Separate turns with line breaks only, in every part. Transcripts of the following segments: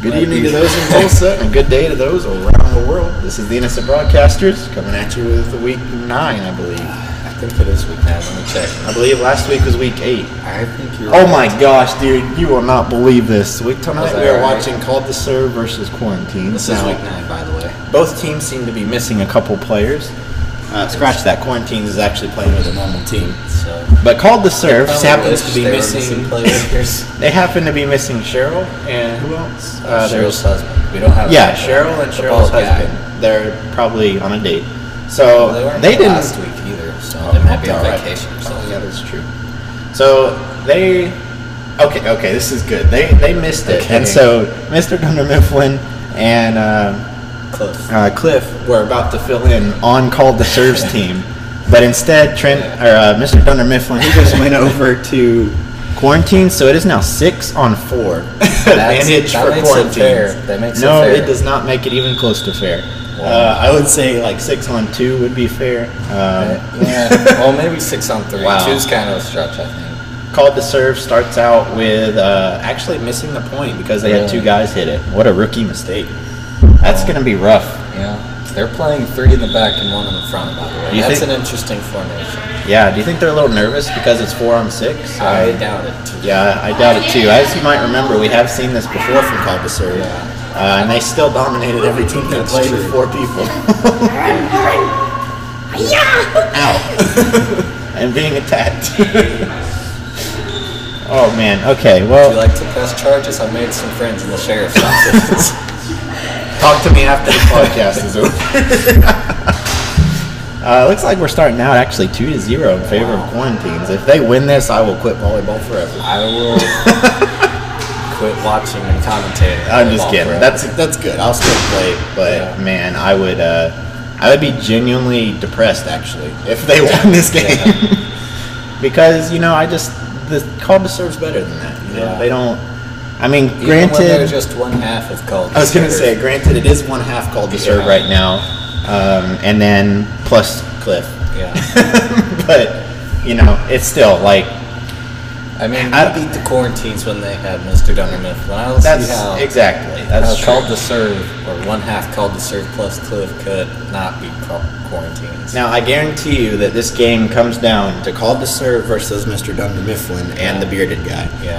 Good evening to those in Tulsa, and good day to those around the world. This is the Innocent Broadcasters coming at you with week nine, I believe.
I think it is week nine. Let me check.
I believe last week was week eight.
I think you're.
Oh
right.
my gosh, dude, you will not believe this. Week tonight
Was I
we are
right?
watching Called the Serve versus Quarantine.
This is
Now,
week nine, by the way.
Both teams seem to be missing a couple players. Uh, scratch that. Quarantine is actually playing with
The
them.
normal team. So. oh,
But Called the Serve just happens to be
They were
missing.
players.
They happen to be missing Cheryl and who else? Uh, there's-
Cheryl's husband. We don't have.
Yeah,
a-
Uh, Cheryl and
the
Cheryl's
bald guy.
husband. They're probably on a date. So
Well, weren't
they
there
didn't.
last week either, so they might be on
Alright.
vacation or
Oh,
something.
yeah, that's true. So they. Okay, okay, this is good. They they missed it,
Okay.
and so Mr. Dunder Mifflin and uh,
Close.
uh, Cliff were about to fill in on called the serves team, but instead Trent or uh, Mr. Dunder Mifflin he just went over to quarantine. So it is now six on four advantage
that
for
makes it
quarantine.
fair. That makes it
no,
fair.
it does not make it even close to fair.
Wow.
Uh, I would say like six on two would be fair. Um,
Uh, yeah. Well, maybe six on three.
Wow.
Two's kind of a stretch, I think.
Called to serve starts out with uh, actually missing the point because they had
Really?
two guys hit it. What a rookie mistake. That's going to be rough.
Yeah. They're playing three in the back and one in the front, by the way.
You
That's
think-
an interesting formation.
Yeah, do you think they're a little nervous because it's four on six?
I
Uh,
doubt it.
yeah, I doubt it too. As you might remember, we have seen this before from Called to serve.
Yeah.
Uh, and they still dominated every team that
That's
played
true.
with four people. Ow. I'm being attacked. oh man, okay,
Would you
well,
like to press charges? I made some friends in the sheriff's office.
talk to me after the podcast is over. Uh, looks like we're starting out actually 2 to 0 in favor of quarantines. If they win this, I will quit volleyball forever.
I will quit watching and commentating.
I'm just
Ball
kidding.
forever.
That's that's good. I'll still play, but
Yeah.
man, I would uh, I would be genuinely depressed actually if they won this game because you know I just the call deserves better than that. You know
Yeah.
they don't. I mean,
Even when they're
granted,
just one half of college.
I was gonna say, granted, it is one half called to serve
Yeah.
right now, um, and then plus Cliff,
Yeah.
but you know it's still like
I mean,
I-
we beat the quarantines when they had Mr. Dunder Mifflin. I don't
that's
see how,
exactly
how
that's
called
true.
to serve or one half called to serve plus Cliff could not beat pro- quarantines.
Now I guarantee you that this game comes down to called to serve versus Mr. Dunder Mifflin and the bearded guy.
Yeah,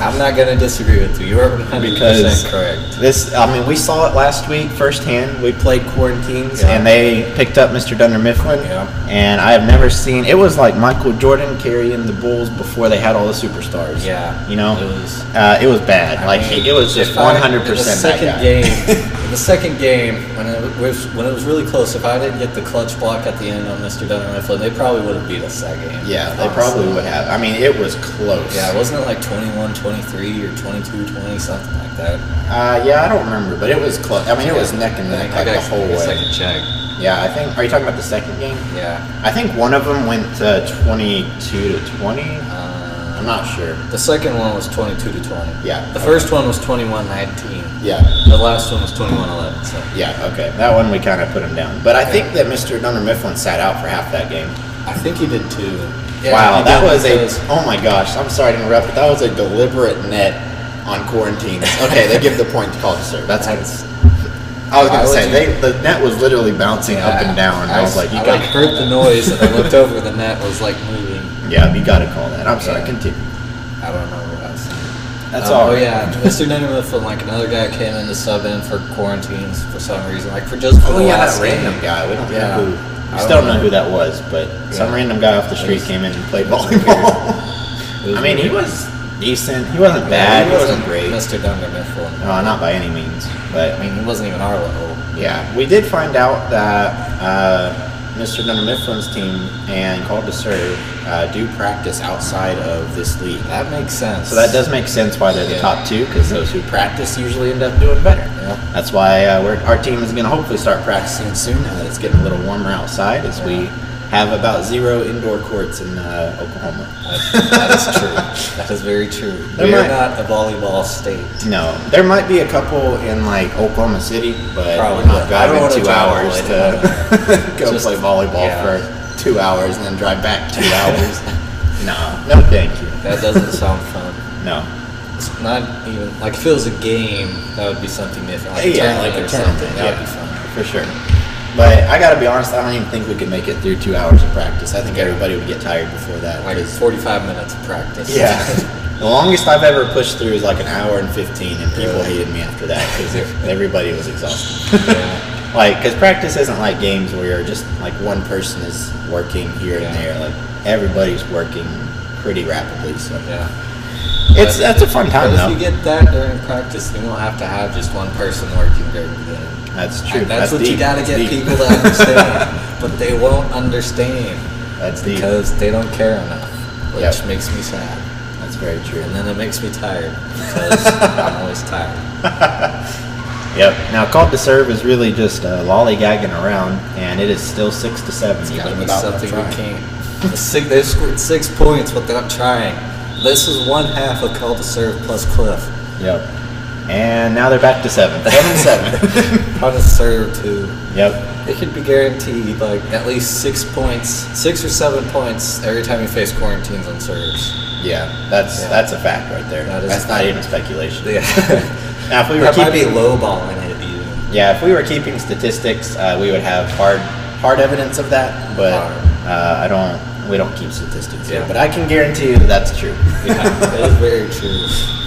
I'm not gonna disagree with you. You are 100
Because-
percent correct.
This, I mean, we saw it last week firsthand. We played quarantines,
Yeah.
and they picked up Mr. Dunder Mifflin.
Yeah.
And I have never seen. It was like Michael Jordan carrying the Bulls before they had all the superstars.
Yeah,
you know,
it was-
uh, it was bad.
I
like
mean,
it was just
if I-
one hundred percent that
in The
guy.
second game, in the second game, when it was when it was really close, if I didn't get the clutch block at the end on Mr. Dunham Mifflin, they probably would have beat us that game.
Yeah, they
honestly.
probably would have. I mean, it was close.
Yeah, wasn't it like 21, 23, or 22, 20, something like that?
uh, yeah, I don't remember, but it was close. I mean, it was neck and
I
neck
think I
like the
got-
whole
I guess I
way.
can check.
Yeah, I think. Are you talking about the second game?
Yeah.
I think one of them went uh, twenty-two to twenty.
Uh,
I'm not sure.
the second one was 22 to 20.
Yeah,
The
okay.
first one was 21 19.
Yeah.
The last one was 21 11. So
Yeah, okay. That one we kind of put him down. But I think that Mr. Dunder Mifflin sat out for half that game.
I think he did too. he
wow, that
did
was a.
because-
Oh my gosh, I'm sorry to interrupt, but that was a deliberate net on quarantines. Okay, they give the point to call to serve. That's
That's-
I was
Why
going to
would
say,
you-
they, the net was literally bouncing up and down. I, was
s-
like, you
I
got
like heard the noise and I looked over the net was like moving.
Yeah, you got to call that. I'm sorry,
Yeah.
continue.
I don't know what else.
That's
Um,
all.
Oh yeah, Mr. Dynamite and like another guy came in to sub in for quarantines for some reason, like for just for
Oh
the
yeah,
last
that random
game.
guy. We don't
Yeah.
know
I
who. We
don't
still don't
know.
know who that was, but some
Yeah.
random guy off the street
was-
came in and played
it was
volleyball.
It was
I mean, he
weird.
was decent. He wasn't
Yeah,
bad.
He wasn't great.
No,
Mr. Dunder Mifflin.
not by any means. But
I mean, he wasn't even our level.
Yeah, we did find out that uh, Mr. Dunder Mifflin's team and Called to Serve uh, do practice outside of this league.
That makes sense.
So that does make sense why they're the
Yeah.
top two because those who practice usually end up doing better.
Yeah.
That's why uh, we're, our team is going to hopefully start practicing soon now that it's getting a little warmer outside as we have about zero indoor courts in uh, Oklahoma.
That- that is true. That is very true.
There
We're
might-
not a volleyball state.
No, there might be a couple in like Oklahoma City, but
Probably
we're not
not. I don't
driving
wanna
two
drive all
hours
the way
to go
Just-
play volleyball
yeah.
for two hours and then drive back two hours. no, no, thank you.
That doesn't sound fun.
No,
it's not even like if it was a game, that would be something different. Like a
Yeah,
tournament
like a
or
tournament,
something. That would
yeah.
be fun.
for sure. But I gotta be honest, I don't even think we could make it through two hours of practice. I think everybody would get tired before that.
Like
'cause-
forty five minutes of practice.
yeah, the longest I've ever pushed through is like an hour and fifteen, and people
Really?
hated me after that because everybody was exhausted.
yeah.
Like, because practice isn't like games where you're just like one person is working here and
Yeah.
there. Like everybody's working pretty rapidly, so
Yeah.
it's
But
that's a
if-
fun time
But
though.
if you get that during practice, then you won't have to have just one person working during the day.
that's true.
That's, what you
deep.
gotta
That's
get
deep.
people to understand, but they won't understand
That's deep.
because they don't care enough, which
Yep.
makes me sad.
That's very true.
And then it makes me tired because I'm always tired.
Yep. Now, called to serve is really just uh, lollygagging around, and it is still six to seven.
It's
even
gotta be
without
something
trying.
we can't. The six, they've scored six points without trying. This is one half of call to serve plus Cliff.
Yep. And now they're back to seven. Seven seven.
Call to serve two.
yep.
They should be guaranteed like at least six points, six or seven points every time you face quarantines on serves.
Yeah. That's
Yeah.
that's a fact right there.
That is
that's
a
not
fact.
even speculation.
Yeah.
Now, if we were
that might be
keeping
lowballing it even.
yeah, if we were keeping statistics, uh, we would have hard hard evidence of that. But
Hard.
uh, I don't. We don't keep statistics. here,
Yeah.
But I can guarantee you that that's true.
Yeah, that is very true.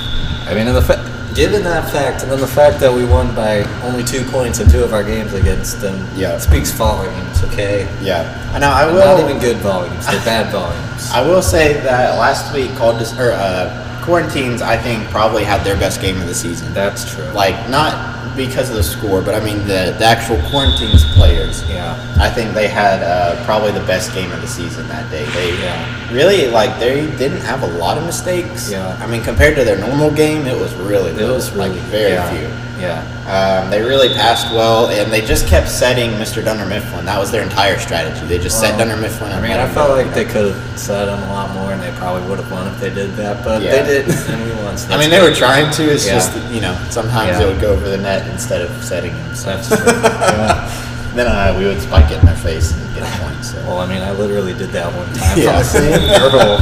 I mean, and the fa- given that fact, and then the fact that we won by only two points in two of our games against them,
Yeah.
speaks volumes. Okay,
yeah. Now I
And
will.
not even good volumes; they're bad volumes.
I will say that last week called dis- or, uh, quarantines. I think probably had their best game of the season.
That's true.
Like not because of the score, but I mean the the actual quarantines players.
yeah,
I think they had uh, probably the best game of the season that day. They
Yeah.
really like they didn't have a lot of mistakes.
Yeah.
I mean compared to their normal game, it was really
it
low,
was really
like, very
yeah,
few.
Yeah,
Um, they really passed well, and they just kept setting Mr. Dunder Mifflin. That was their entire strategy. They just set
Well,
Dunder Mifflin.
I
and
mean,
let
I
him
felt
go,
like
you know?
they could have set them a lot more, and they probably would have won if they did that, but they
Yeah.
didn't, and we won. so
I
that's
mean, they were trying to. It's
Yeah.
just you know sometimes
Yeah.
it would go over the net instead of setting them.
good.
So
That's true. Yeah.
then uh, we would spike it in their face and get a point. So
Well, I mean, I literally did that one time.
Yeah.
on the same girl.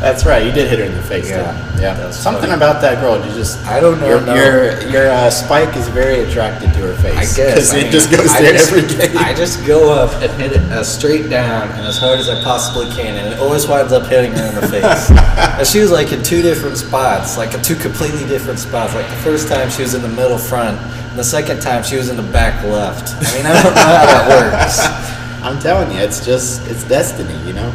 that's right. You did hit her in the face.
Yeah.
Yeah, yeah.
That was
Something
funny.
about that girl. You just
I don't know,
Your
no.
your, your uh, spike is very attracted to her
I
face.
guess
because
I
it
mean,
just goes
I
there
just-
every game.
I just go up and hit it as straight down and as hard as I possibly can, and it always winds up hitting her in the face. and she was like in two different spots, like in two completely different spots. Like the first time she was in the middle front, and the second time she was in the back left. I mean, I don't know how that works.
I'm telling you, it's just it's destiny. You know,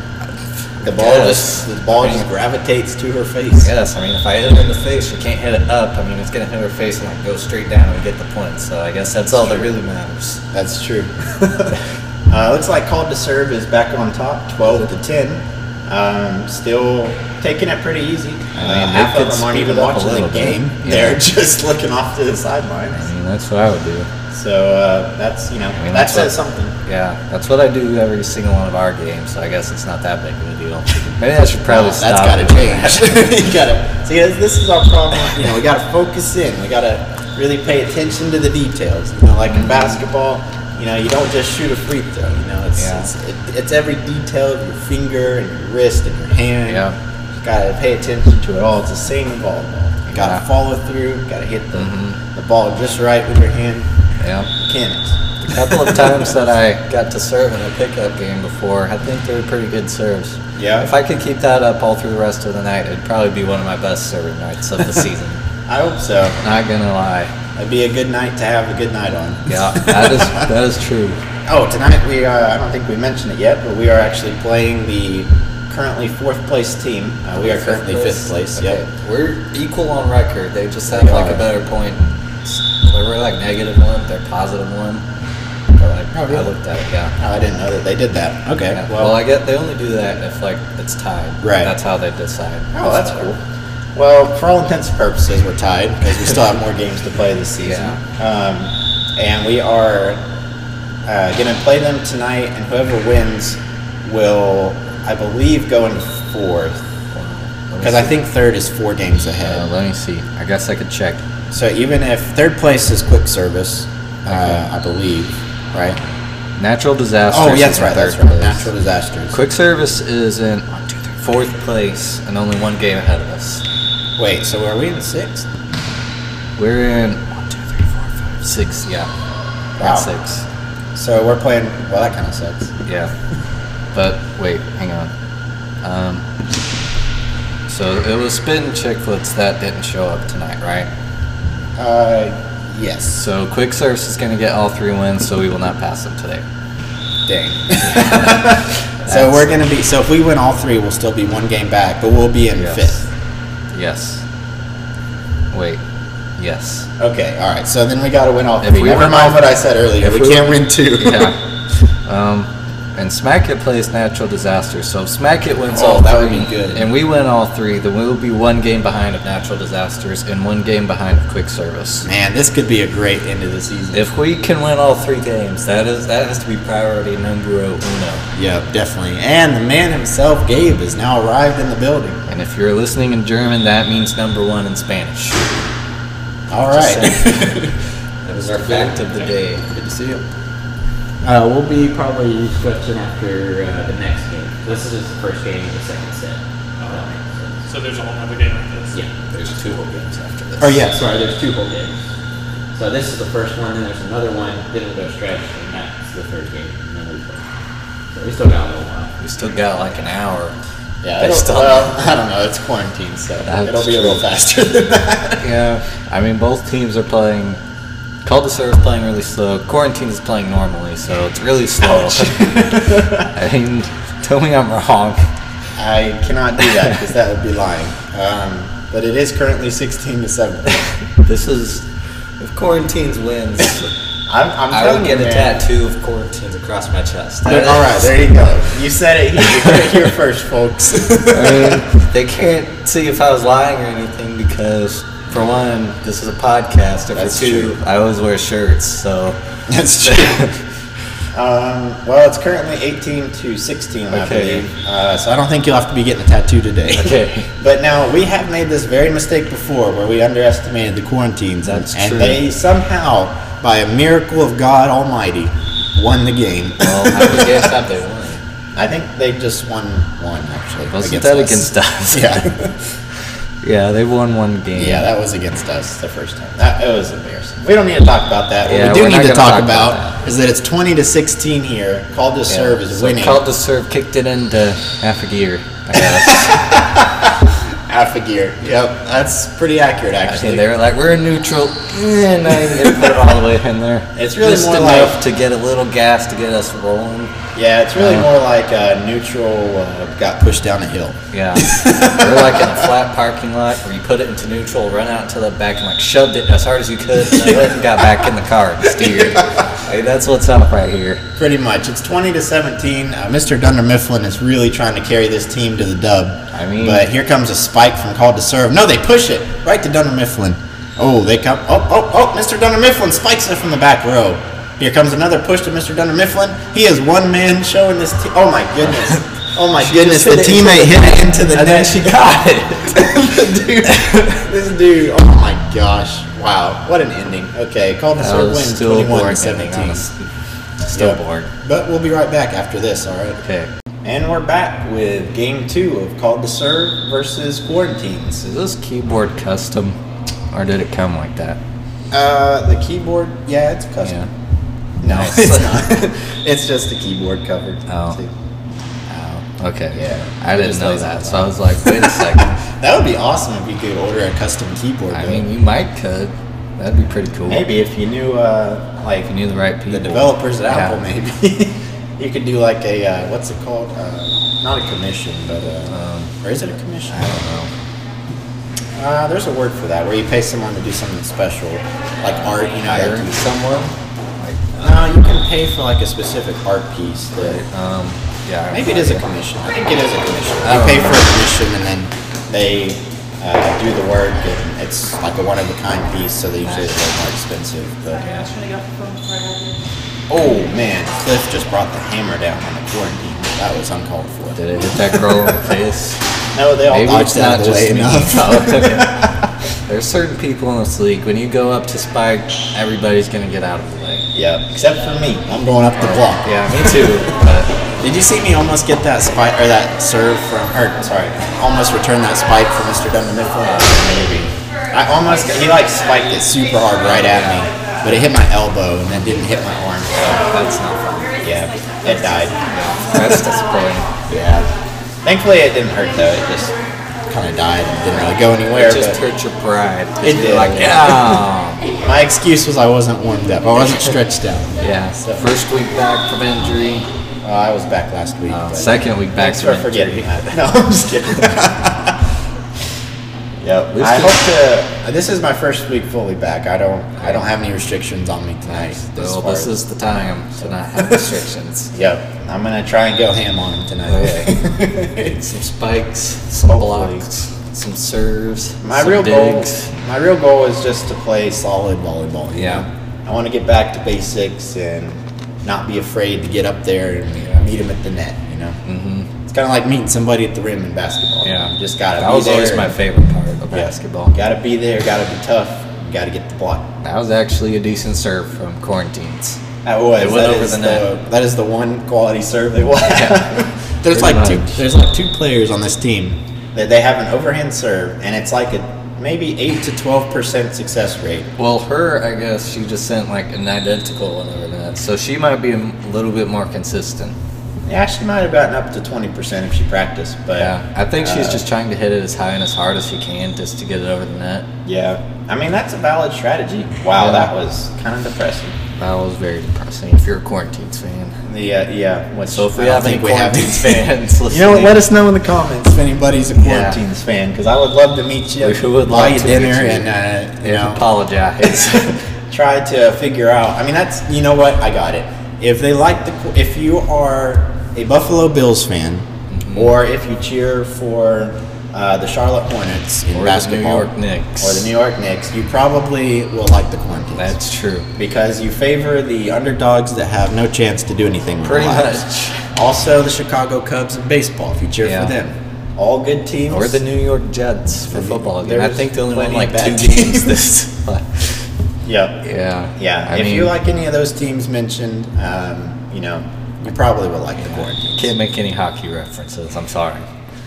the ball
guess.
just the ball
I mean-
just gravitates to her face.
Yes, I mean, if I hit her in the face, she can't hit it up. I mean, it's gonna hit her face and like go straight down and get the point. So I guess that's all that really matters.
That's true. uh, looks like called to serve is back on top, twelve to ten. Um, still taking it pretty easy. uh,
they
half
could
of them aren't
speed
even
it up a
watching the
little bit.
game;
Yeah.
they're just looking off to the sidelines.
mean, that's what I would do.
So uh, that's you know
I mean,
that
that's
says
what-
something.
Yeah, that's what I do every single one of our games, so I guess it's not that big of a deal. Maybe I should probably
Wow,
stop.
That's
doing
got to
that.
change. you got to see. This this is our problem. You know, we got to focus in. We got to really pay attention to the details. You know, like in basketball, you know, you don't just shoot a free throw. You know, it's
Yeah.
it's, it, it's every detail of your finger and your wrist and your hand.
Yeah.
You got to pay attention to it all. It's the same in volleyball. You got to
Yeah.
follow through. Got to hit the
Mhm.
the ball just right with your hand.
yeah.
Mechanics.
A couple of times that I got to serve in a pickup game before, I think they were pretty good serves.
Yeah.
If I could keep that up all through the rest of the night, it'd probably be one of my best serving nights of the season.
I hope so.
Not gonna lie.
It'd be a good night to have a good night on.
Yeah, that is that is true.
Oh, tonight we are, I don't think we mentioned it yet, but we are actually playing the currently fourth place team. Uh, we are currently fifth place,
Okay,
yep.
We're equal on record. They just have
We
like
are.
a better point. We're like negative one. They're positive one. But like,
Oh, really?
I looked at it. Yeah.
Oh, I didn't know that they did that. Okay,
Yeah. Well,
well,
I get they only do that if like it's tied.
Right.
That's how they decide.
oh, that's
So,
cool. Well, for all intents and purposes, we're tied because we still have more games to play this season.
Yeah.
Um, and we are uh, going to play them tonight, and whoever wins will, I believe, go in fourth.
let me
Because I
see.
think third is four games ahead.
Uh, let me see. I guess I could check.
So even if third place is quick service, uh, I believe, right?
Natural disaster.
oh, yeah, that's right. That's right. Natural disasters.
Quick service is in one, two, three, fourth place and only one game ahead of us. Wait, so are we in sixth? We're in one, two, three, four, five, six. Yeah,
Wow.
that's six.
So we're playing. Well, that kind of sucks.
Yeah, but wait, hang on. Um, so it was spin chicklets that didn't show up tonight, right?
Uh, yes.
So quick service is going to get all three wins, so we will not pass them today.
Dang. so we're gonna be. So if we win all three, we'll still be one game back, but we'll be in
Yes.
fifth.
Yes. Wait. Yes.
Okay. All right. So then we gotta win all
If
three.
we
Never
win
mind
all-
what I said earlier.
if
We,
we
can't win two.
Yeah. um, and Smack It plays Natural Disaster. So if Smack It wins
Oh,
all
that would
three,
be good.
and we win all three, then we will be one game behind of Natural Disasters and one game behind of Quick Service.
Man, this could be a great end of the season.
If we can win all three games, that is that has to be priority numero uno.
yeah, definitely. And the man himself, Gabe, has now arrived in the building.
And if you're listening in German, that means number one in Spanish.
All
Just
right.
That was our fact of the day. Good to see you.
Uh, we'll be probably switching after uh, the next game. This is just the first game of the second set. if that makes sense.
So there's a whole other game like this.
Yeah.
There's two whole games after this.
or yes.
Sorry, there's two whole games. So this is the first one, then there's another one, then we'll go stretch, and that's the third game. And then we play. So we still got a little while.
We still got like an hour.
Yeah.
They
It'll,
still-
well, I don't know. It's quarantine, so
That's
it'll be a little
true.
faster than that.
Yeah, I mean both teams are playing. Call to serve playing really slow. Quarantine is playing normally, so it's really slow.
Oh,
I mean, tell me I'm wrong.
I cannot do that because that would be lying. Um, but it is currently 16 to 7.
This is if quarantine's wins,
I'm, I'm
I
telling
will get
you,
a
man.
tattoo of quarantines across my chest.
There- all right, there you go. You said it here. You heard it here first, folks.
I mean, they can't see if I was lying or anything because, for one, this is a podcast. And
That's
for two,
true.
I always wear shirts, so
That's true. um, well, it's currently 18 to 16, I
Okay.
believe. Uh, so I don't think you'll have to be getting a tattoo today.
Okay.
But now we have made this very mistake before, where we underestimated the quarantines, and-
That's
and
true.
they somehow, by a miracle of God Almighty, won the game.
well, I would guess that they won.
I think they just won one actually.
Wasn't that against us?
Yeah.
Yeah, they won one game.
Yeah, that was against us the first time. That it was embarrassing. We don't need to talk about that. What
Yeah,
we do
we're
need
not
to
gonna
talk,
talk about
about is that it's twenty to sixteen here. Call to
Yeah.
serve is
So
winning.
Called to serve, kicked it into half a gear. I guess.
Half a gear. Yep, that's pretty accurate
and
actually.
they were like, "We're in neutral," and I didn't put it all the way in there.
It's really
just
more
enough
like-
to get a little gas to get us rolling.
yeah, it's really
Uh,
more like uh, neutral uh, got pushed down a hill.
Yeah, we're like in a flat parking lot where you put it into neutral, run out to the back, and like shoved it as hard as you could, and then went and got back in the car and steered. Like, that's what's up right here.
Pretty much, it's twenty to seventeen. Uh, Mr. Dunder Mifflin is really trying to carry this team to the dub.
I mean-
but here comes a spike from call to serve. No, they push it right to Dunder Mifflin. Oh, they come. Oh, oh, oh! Mr. Dunder Mifflin spikes it from the back row. Here comes another push to Mr. Dunder Mifflin. He is one man showing this. Te- oh my goodness! Oh my goodness! The
just hit it
teammate hit it into the
and then
net.
she got it.
dude, this dude. Oh my gosh! Wow, what an ending. Okay, call to
That
serve wins
was still a
twenty-one
boring.
to
ending,
seventeen.
honestly. Still
Yeah.
boring.
But we'll be right back after this. All right.
Okay.
And we're back with game two of Called to Serve versus Quarantines.
Is this keyboard custom, or did it come like that?
Uh, the keyboard, yeah, it's custom. No,
Nice.
it's not. it's just a keyboard cover.
Oh.
See?
Oh, okay.
Yeah.
I didn't
Just
know
lays on
that,
the
so I was like, wait a second.
That would be awesome if you could order a custom keyboard.
I
though.
mean, you might could. That'd be pretty cool.
maybe if you knew, uh, like
If you knew the right people.
the developers at
Yeah.
Apple, maybe you could do like a uh, what's it called? Uh, not a commission, but uh, or is it a commission?
Um, I don't
Uh, there's a word for that where you pay someone to do something special, like art. You know,
know.
like
Hiring
you-
someone.
No, uh, you can pay for like a specific art piece. That
Um, yeah. I
maybe it
don't
is a
know.
commission. I think it is a commission.
I
You
don't
pay
know.
for a commission and then they uh, do the work, and it's like a one of a kind piece, so they usually it's like more expensive. But oh man, Cliff just brought the hammer down on the quarantine. That was uncalled for.
Did it hit that girl in the face?
No, they all
Maybe
dodged
it's
that
not
out of the way
just me.
enough.
Oh, okay. There's certain people in this league. When you go up to spike, everybody's gonna get out of the way.
yeah, except for me. I'm going up the block.
Yeah, me too. But
Did you see me almost get that spike or that serve from? Or sorry, almost return that spike from Mr. Dunn Mifflin. Maybe I almost he like spiked it super hard right at me, but it hit my elbow and then didn't hit my arm. So Oh, that's not fun.
Yeah, it died.
That's disappointing.
Yeah. Thankfully, it didn't hurt though. It just kind of died and didn't really go anywhere.
It just
but
hurt your pride.
It
You're
did.
Like, yeah.
my excuse was I wasn't warmed up. I wasn't stretched out.
yeah.
So-
First week back from injury.
Uh, I was back last week.
Uh,
but-
second week back
Thanks
from
for
injury.
forgetting that. No, I'm just kidding. yep. I
still-
hope to. uh, This is my first week fully back. I don't. I don't have any restrictions on me tonight.
Well,
far.
this is the time to not have restrictions.
Yep. I'm gonna try and go ham on him tonight.
some spikes, some
Hopefully.
blocks, some serves.
my
some
real
digs.
goal. My real goal is just to play solid volleyball. you
Yeah.
know? I want to get back to basics and not be afraid to get up there and meet him at the net. You know. Mm-hmm. It's kind of like meeting somebody at the rim in basketball. You just gotta.
That
be
was
there
always
and-
my favorite part of
Yeah.
basketball.
Gotta be there, gotta be tough, gotta get the block.
That was actually a decent serve from quarantines.
That was.
It went
that
over
is
the
the,
net.
that is the one quality serve they will have. there's
Pretty
like two
much.
there's like two players on this team that they have an overhand serve and it's like a maybe eight to twelve percent success rate.
Well, her, I guess she just sent like an identical one over that, so she might be a m- little bit more consistent.
They actually might have gotten up to twenty percent if she practiced, but
Yeah, I think she's
uh,
just trying to hit it as high and as hard as she can just to get it over the net.
Yeah. I mean that's a valid strategy. Wow,
Yeah.
that was kinda depressing.
That was very depressing. If you're a Quarantines fan,
The uh, yeah, which
so if we
I don't
have any
think we have
Quarantines fans,
You know what?
listening,
Let us know in the comments if anybody's a
Yeah.
Quarantines fan, because I would love to meet you.
We would
buy
love
you
to
dinner
meet you.
and uh, you know
apologize.
try to figure out. I mean, that's you know what? I got it. If they like the, Qu- if you are a Buffalo Bills fan,
Mm-hmm.
or if you cheer for uh, the Charlotte Hornets in
Or the
basketball,
New York Knicks.
or the New York Knicks, you probably will like the Quarantines
That's true.
because you favor the underdogs that have no chance to do anything. with their
Pretty
lives. Also, the Chicago Cubs in baseball. If you cheer
Yeah.
for them, all good teams.
Or the New York Jets for
There's
football game. I think they only won
plenty
like
of bad
two games
teams.
this.
Yep.
yeah.
Yeah.
I
if
mean,
you like any of those teams mentioned, um, you know, you probably will like the quarantine.
can't make any hockey references. I'm sorry.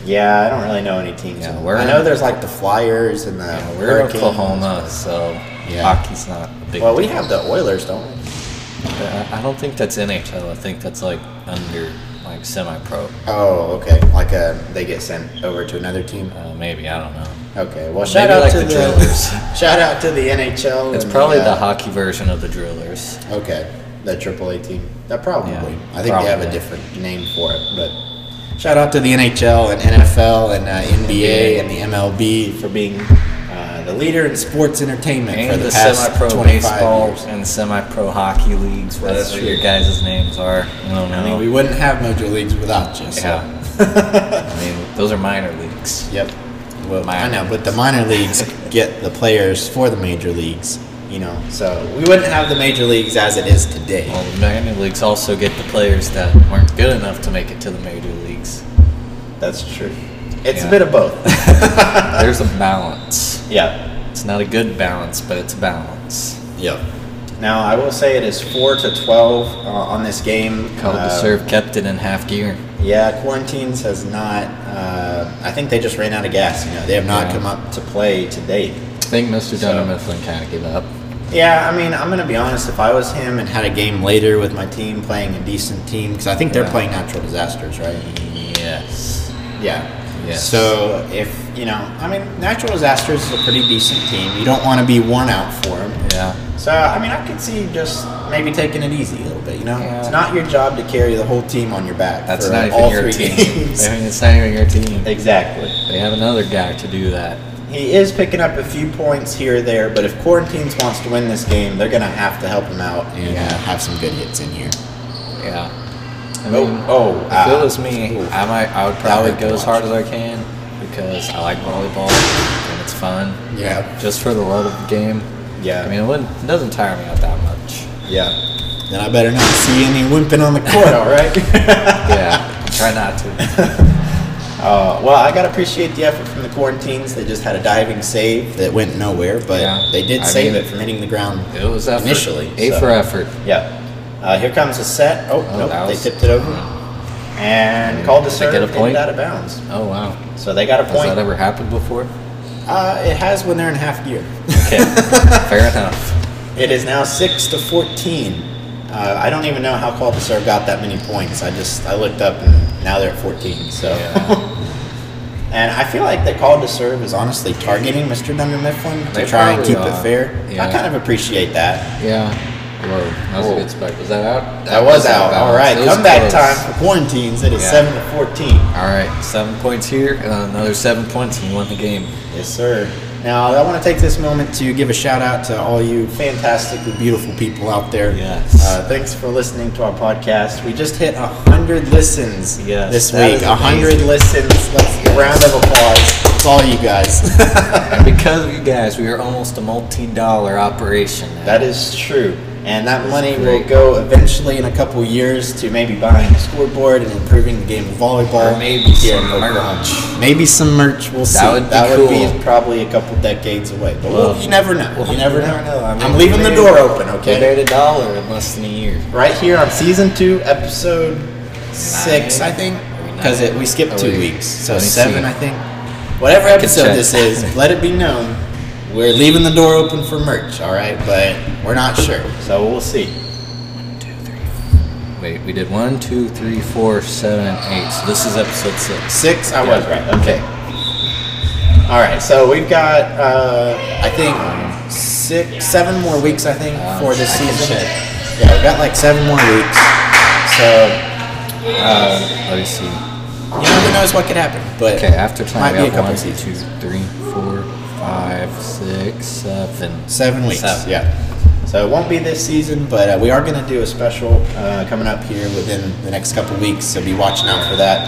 Yeah, I don't really know any teams.
Yeah,
in-
we're-
I know there's like the Flyers and the
Yeah, we're
Hurricanes.
Oklahoma, so
Yeah.
hockey's not a big.
Well, we
deal.
have the Oilers, don't we?
Uh, I I don't think that's NHL. I think that's like under like semi-pro.
Oh, okay. Like uh, they get sent over to another team.
Uh, maybe I don't know.
Okay. Well, shout
Maybe
out
like
to
the
the,
Drillers.
shout out to the NHL.
It's
and
probably the
uh,
hockey version of the Drillers.
Okay, that AAA team. That probably.
Yeah,
I think they have a
probably.
different name for it, but shout out to the NHL and NFL and uh, NBA and the MLB for being uh, the leader in sports entertainment for
And
the,
the,
past
semi-pro
25
baseball
years.
and semi-pro hockey leagues, whatever
That's
your
true.
guys' names are. I don't know.
I mean, we wouldn't have Mojo Leagues without you. So.
Yeah. I mean, those are minor leagues.
Yep. Well,
Minor
I know, but the minor leagues get the players for the major leagues, you know. So we wouldn't have the major leagues as it is today.
Well, the minor leagues also get the players that weren't good enough to make it to the major leagues.
That's true. It's
Yeah.
a bit of both.
There's a balance.
yeah.
It's not a good balance, but it's a balance.
Yep. Now I will say it is four to twelve uh, on this game.
Called
Uh,
the serve kept it in half gear.
Yeah, quarantines has not. Uh, I think they just ran out of gas. You know, they have not
Yeah.
come up to play to date.
I think Mr.
So-
Dunham Mifflin kind of gave up.
Yeah, I mean, I'm gonna be honest. If I was him and had a game later with my team playing a decent team, because I think they're
Yeah.
playing natural disasters, right?
Yes.
Yeah.
Yes.
So if you know, I mean, natural disasters is a pretty decent team. You don't want to be one out for them.
Yeah.
So I mean, I could see just maybe taking it easy a little bit. You know,
Yeah.
it's not your job to carry the whole team on your back.
That's
for
not
all
even your
three
team.
games.
I mean, it's not even your team.
exactly.
They have another guy to do that.
He is picking up a few points here or there, but if Quarantines wants to win this game, they're gonna have to help him out and
Yeah.
uh, have some good hits in here.
Yeah. I
Oh,
mean,
oh,
if
ah.
it was me,
Ooh.
I might. I would
That
probably
hurt
go
to
as hard as
watch.
I can because I like volleyball and it's fun.
Yeah.
Just for the love of the game.
Yeah.
I mean, it, wouldn't, it doesn't tire me out that much.
Yeah. Then I better not see any wimping on the court. all right.
Yeah. try not to.
Uh, well, I gotta appreciate the effort from the quarantines. They just had a diving save that went nowhere, but
Yeah.
they did
I
save
mean,
it from hitting the ground.
It was effort.
Initially,
A
so.
for effort.
Yeah. Uh, here comes a set. Oh,
Oh,
nope,
that
they
was-
tipped it over. and called the
Did they
serve
get a
and
point?
out of bounds.
Oh wow.
So they got a
Has
point.
that ever happened before?
uh, it has when they're in half gear.
Okay. Fair enough.
It is now six to fourteen. Uh, I don't even know how called the serve got that many points. I just I looked up and now they're at fourteen. So. And I feel like the call to serve is honestly targeting Mr. Dunder Mifflin to
They
try and
probably
keep it
are.
fair. I
Yeah.
kind of appreciate that.
Yeah. Whoa, that was
Whoa.
a good spike. Was that out?
That was out.
of
All right,
bounds. It was
comeback
close.
time for quarantines. It is
Yeah.
seven to fourteen.
All right, seven points here, and another seven points, and you won the game.
Yes, sir. Now, I want to take this moment to give a shout out to all you fantastically beautiful people out there.
Yes.
Uh, thanks for listening to our podcast. We just hit 100 listens
Yes,
this
that
week.
is
100
amazing.
listens. Let's round of applause. It's all you guys.
And because of you guys, we are almost a multi-dollar operation. now.
that is true. And that money will
great.
go eventually in a couple years to maybe buying a scoreboard and improving the game of
Or
volleyball.
maybe
here
some
in Oklahoma.
merch.
Maybe some merch. We'll see.
would be
that
cool.
would be probably a couple decades away. But
Well,
we'll- you never know. you never know.
I
I
mean,
am leaving
we
the
made-
door open,
We
okay?
made a dollar in less than a year.
Right here on season two, episode six, I think, because we skipped
Oh,
two
wait.
weeks, so
Let me
seven,
see.
I think. Whatever episode
check.
this is, let it be known we're leaving the door open for merch, all right? But we're not sure, so we'll see.
Wait, we did one, two, three, four, seven, eight. So this is episode six.
Six, I
Yeah.
was right. Okay. All right, so we've got uh, I think six, seven more weeks. I think
Uh,
for this
I can
season.
check.
Yeah, we've got like seven more weeks. So
Uh, let me see.
You never knows what could happen, but
Okay, after time,
might be
we
a
have
couple
one, two,
seasons.
three, four, five, six, seven.
Seven weeks.
Seven.
Yeah. So it won't be this season, but uh, we are going to do a special uh, coming up here within the next couple weeks. So be watching out for that.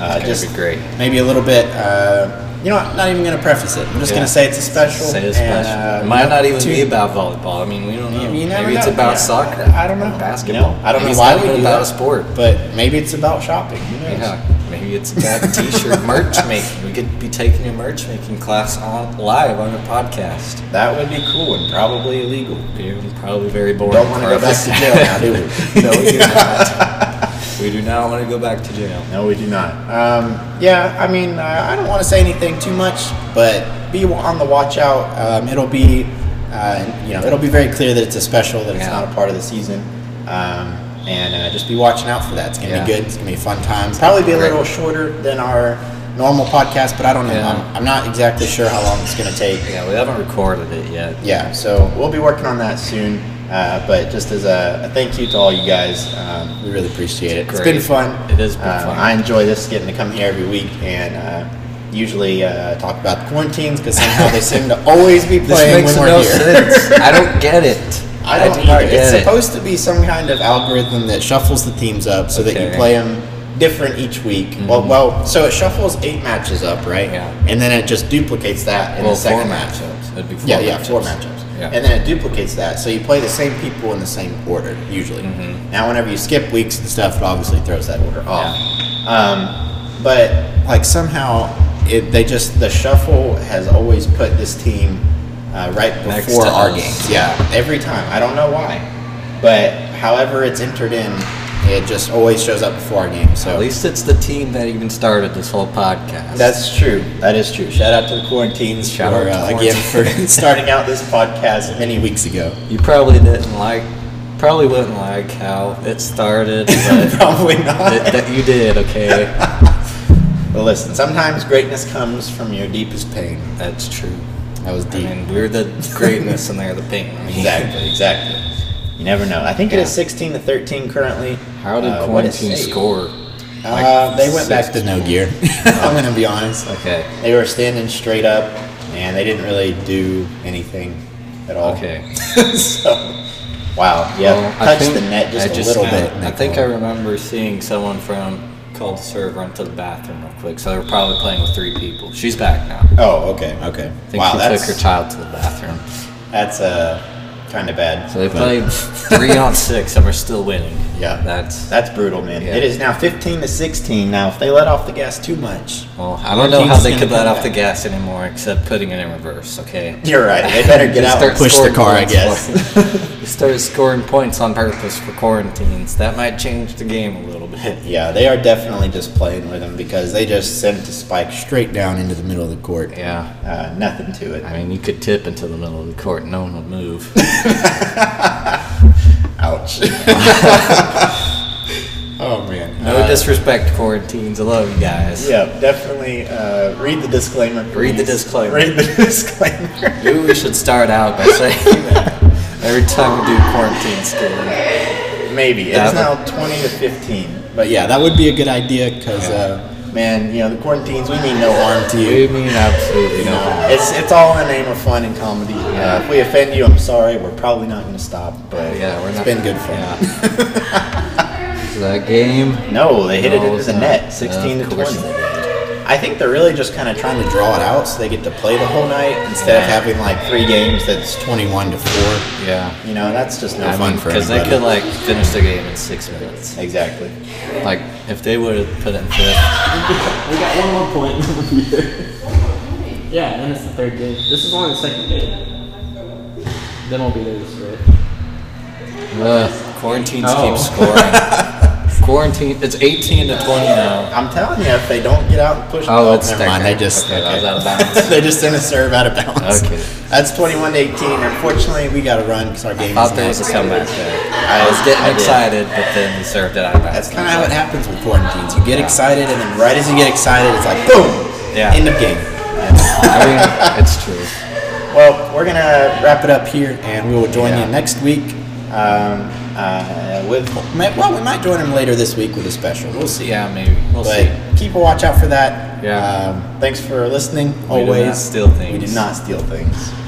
Uh,
It's gonna be great.
Maybe a little bit. Uh, you know, what, not even going to preface it. I'm just
Yeah.
going to say it's a special.
Say it's
and,
special.
uh,
it might not even
two-
be about volleyball. I mean, we don't know.
You- you never
Maybe it's
know.
about
Yeah.
soccer.
I don't know.
Or Basketball.
You know, I don't
Maybe
know
it's
why
not
we
even
do
about
that.
a sport.
But maybe it's about shopping. Who knows?
Yeah. Maybe it's about t-shirt merch making. We could be taking a merch making class on live on a podcast.
That would be cool and probably illegal.
Dude, probably very boring.
Don't want to
for
go
our
back to
listeners.
jail now, do we?
no, we do not. We do not want to go back to jail.
No, we do not. Um, yeah, I mean, uh, I don't want to say anything too much, but be on the watch out. Um, it'll be, uh, you know, it'll be very clear that it's a special, that it's
Yeah.
not a part of the season, um, and uh, just be watching out for that. It's gonna be
Yeah.
good. It's gonna be a fun time. Probably be a
Right.
little shorter than our normal podcast, but I don't know.
Yeah.
I'm, I'm not exactly sure how long it's gonna take.
Yeah, we haven't recorded it yet.
Yeah, so we'll be working on that soon. Uh, but just as a, a thank you to all you guys, um, we really appreciate it. It's
Great.
been fun.
It has been
Uh,
fun.
I enjoy this getting to come here every week and uh, usually uh, talk about the quarantines because somehow they seem to always be
This
playing
makes
when we're
no
here.
sense. I don't get it.
I don't
do
know.
not
It's
get it.
supposed to be some kind of algorithm that shuffles the teams up so that you
Okay. Mm-hmm.
play them different each week. Well, well, so it shuffles eight matches up, right?
Yeah.
And then it just duplicates that in
well,
the second
four
match.
matchups. It'd be four
Yeah, yeah, four
matchups.
matchups.
Yeah.
And then it duplicates that. So you play the same people in the same order, usually.
Mm-hmm.
Now, whenever you skip weeks and stuff, it obviously throws that order off. Um, but, like, somehow, it, they just, the shuffle has always put this team uh, right
Next
before
to
our
us.
games. Yeah, every time. I don't know why. But however it's entered in, it just always shows up before our game. So
At least it's the team that even started this whole podcast.
that's true. That is true. Shout out to the quarantines
Shout
for,
out to
uh, again for
quarantine.
starting out this podcast many weeks ago.
you probably didn't like, probably wouldn't like how it started, but
Probably not.
that, that you did. Okay,
But listen, sometimes greatness comes from your deepest pain.
that's true.
That was
I
deep.
mean, we're the greatness and they're the pain. I mean,
exactly, exactly. You never know. I think it is 16 to 13 currently.
How did
Uh, what a
quarantine
save.
score?
Uh, they went back
six
to no gear. I'm going to be honest.
Okay.
They were standing straight up, and they didn't really do anything at all.
Okay.
so, wow. Yeah.
Well, Oh. I
Touched
think-
the net just
I
a little
found-
bit.
I think I remember seeing someone from called serve run to the bathroom real quick. So they were probably playing with three people. She's back now.
Oh, okay, okay.
I think
Wow,
she
that's
took her child to the bathroom.
that's uh, kind of bad.
So they
But-
played three on six and we're still winning.
Yeah.
That's
That's brutal, man.
Yeah.
It is now 15 to 16. Now, if they let off the gas too much,
well, I don't know how they
Martine's
could
gonna
let
come
off the
back.
gas anymore except putting it in reverse, okay?
you're right. They better get
You
out.
start
and
push the
scoring
car, I
points
guess.
for it. you start scoring points on purpose for quarantines. That might change the game a little bit.
Yeah, they are definitely just playing with him because they just sent the spike straight down into the middle of the court.
Yeah.
Uh, nothing to it.
I mean, you could tip into the middle of the court and no one would move.
Ouch. oh man.
No
Uh,
disrespect to quarantines. I love you guys.
yeah, definitely uh, read the disclaimer.
Read the
please.
disclaimer.
Read the disclaimer.
Maybe we should start out by saying that every time we do quarantine scoring.
Maybe
Yeah.
it's now 20 to 15, but yeah, that would be a good idea because uh, man, you know the quarantines we mean no harm to you.
We mean absolutely no harm.
It's it's all in the name of fun and comedy. Uh, if we offend you, I'm sorry. We're probably not going to stop, but
Yeah, we're
it's
not-
been good fun.
That game.
No, they hit it
No,
into
it's
the
not.
net, 16
Yeah,
to
of course
20. I think they're really just kind of trying to draw it out so they get to play the whole night instead of
Yeah.
having like three games that's 21 to 4.
Yeah.
You know, that's just no
I
fun
mean,
for
because they
anybody.
could like finish the game in six minutes.
exactly.
Like if they would have put it in fifth,
We got one more point. yeah, and then it's the third game. This is only the second game. Then we'll be there this year.
Ugh. quarantines
Oh.
keep scoring. Quarantine. It's eighteen to twenty now.
I'm telling you, if they don't get out and push,
Oh, it's
never
their
mind. They
turn.
just
Okay, that was out of bounds.
they just sent a serve out of bounds.
Okay.
that's 21 to 18. Unfortunately, we got to run because our game. is
Thought there was a
next.
comeback there.
I
I was
I
getting
did.
excited, but then we served it out of bounds.
That's kind of how it happens with quarantines. You get excited, and then right as you get excited, it's like boom,
Yeah.
end of game.
I mean, it's true.
Well, we're gonna wrap it up here, and we will join you next week. Um, uh, with might- well, we might join him later this week with a special. We'll see.
Yeah, maybe. We'll
but
see.
keep a watch out for that.
Yeah.
Um, thanks for listening.
We did
Always
not steal
We
things.
did not steal things.